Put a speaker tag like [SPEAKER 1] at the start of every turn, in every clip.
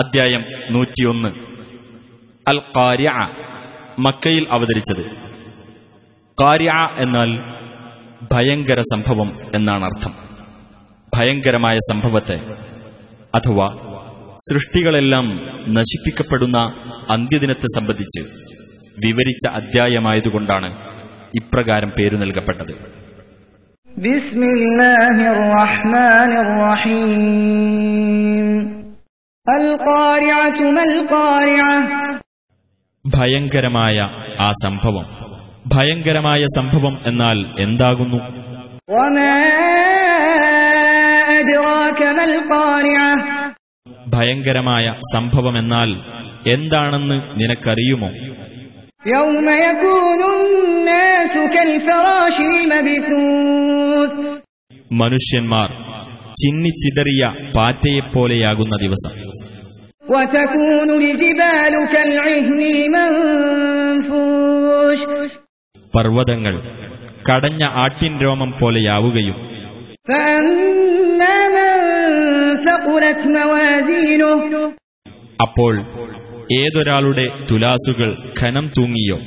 [SPEAKER 1] അദ്ധ്യായം നൂറ്റിയൊന്ന് അൽ കാര്യ മക്കയിൽ അവതരിച്ചത് കാര്യ എന്നാൽ ഭയങ്കര സംഭവം എന്നാണ് അർത്ഥം ഭയങ്കരമായ സംഭവത്തെ അഥവാ സൃഷ്ടികളെല്ലാം നശിപ്പിക്കപ്പെടുന്ന അന്ത്യദിനത്തെ സംബന്ധിച്ച് വിവരിച്ച അദ്ധ്യായമായതുകൊണ്ടാണ് ഇപ്രകാരം പേരു നൽകപ്പെട്ടത്
[SPEAKER 2] بسم الله الرحمن الرحيم القارعة ما القارعة
[SPEAKER 1] ഭയങ്കരമായ ആ സംഭവം ഭയങ്കരമായ സംഭവം എന്നാൽ എന്താകുന്നു
[SPEAKER 2] وما أدراك ما القارعة
[SPEAKER 1] ഭയങ്കരമായ സംഭവമെന്നാൽ എന്താണെന്ന് നിനക്കറിയുമോ
[SPEAKER 2] يوم يكون الناس كالفراش المبثوث
[SPEAKER 1] മനുഷ്യന്മാർ ചിന്നിച്ചിതറിയ പാറ്റയെപ്പോലെയാകുന്ന ദിവസം
[SPEAKER 2] وتكون الجبال كالعهن المنفوش
[SPEAKER 1] പർവ്വതങ്ങൾ കടഞ്ഞ ആട്ടിൻ രോമം പോലെയാവുകയും
[SPEAKER 2] فأما من ثقلت موازينه
[SPEAKER 1] അപ്പോൾ ഏതൊരാളുടെ തുലാസുകൾ ഖനം തൂങ്ങിയോ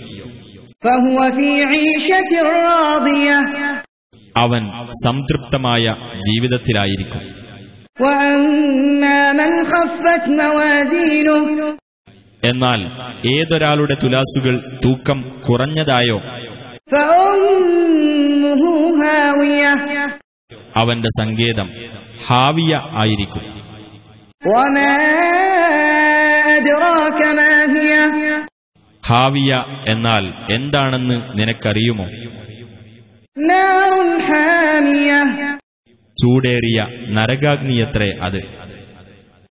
[SPEAKER 2] فهو في عيشة راضية
[SPEAKER 1] അവൻ സംതൃപ്തമായ ജീവിതത്തിലായിരിക്കും
[SPEAKER 2] وأما من خفت موازينه
[SPEAKER 1] എന്നാൽ ഏതൊരാളുടെ തുലാസുകൾ തൂക്കം കുറഞ്ഞതായോ
[SPEAKER 2] فأمه هاوية
[SPEAKER 1] അവന്റെ സങ്കേതം ഹാവിയ ആയിരിക്കും
[SPEAKER 2] وما أدراك ما هي
[SPEAKER 1] ഹാവിയ എന്നാൽ എന്താണെന്ന് നിനക്കറിയുമോ
[SPEAKER 2] نار حامية
[SPEAKER 1] ചൂടേറിയ നരകാഗ്നിയത്രേ അത്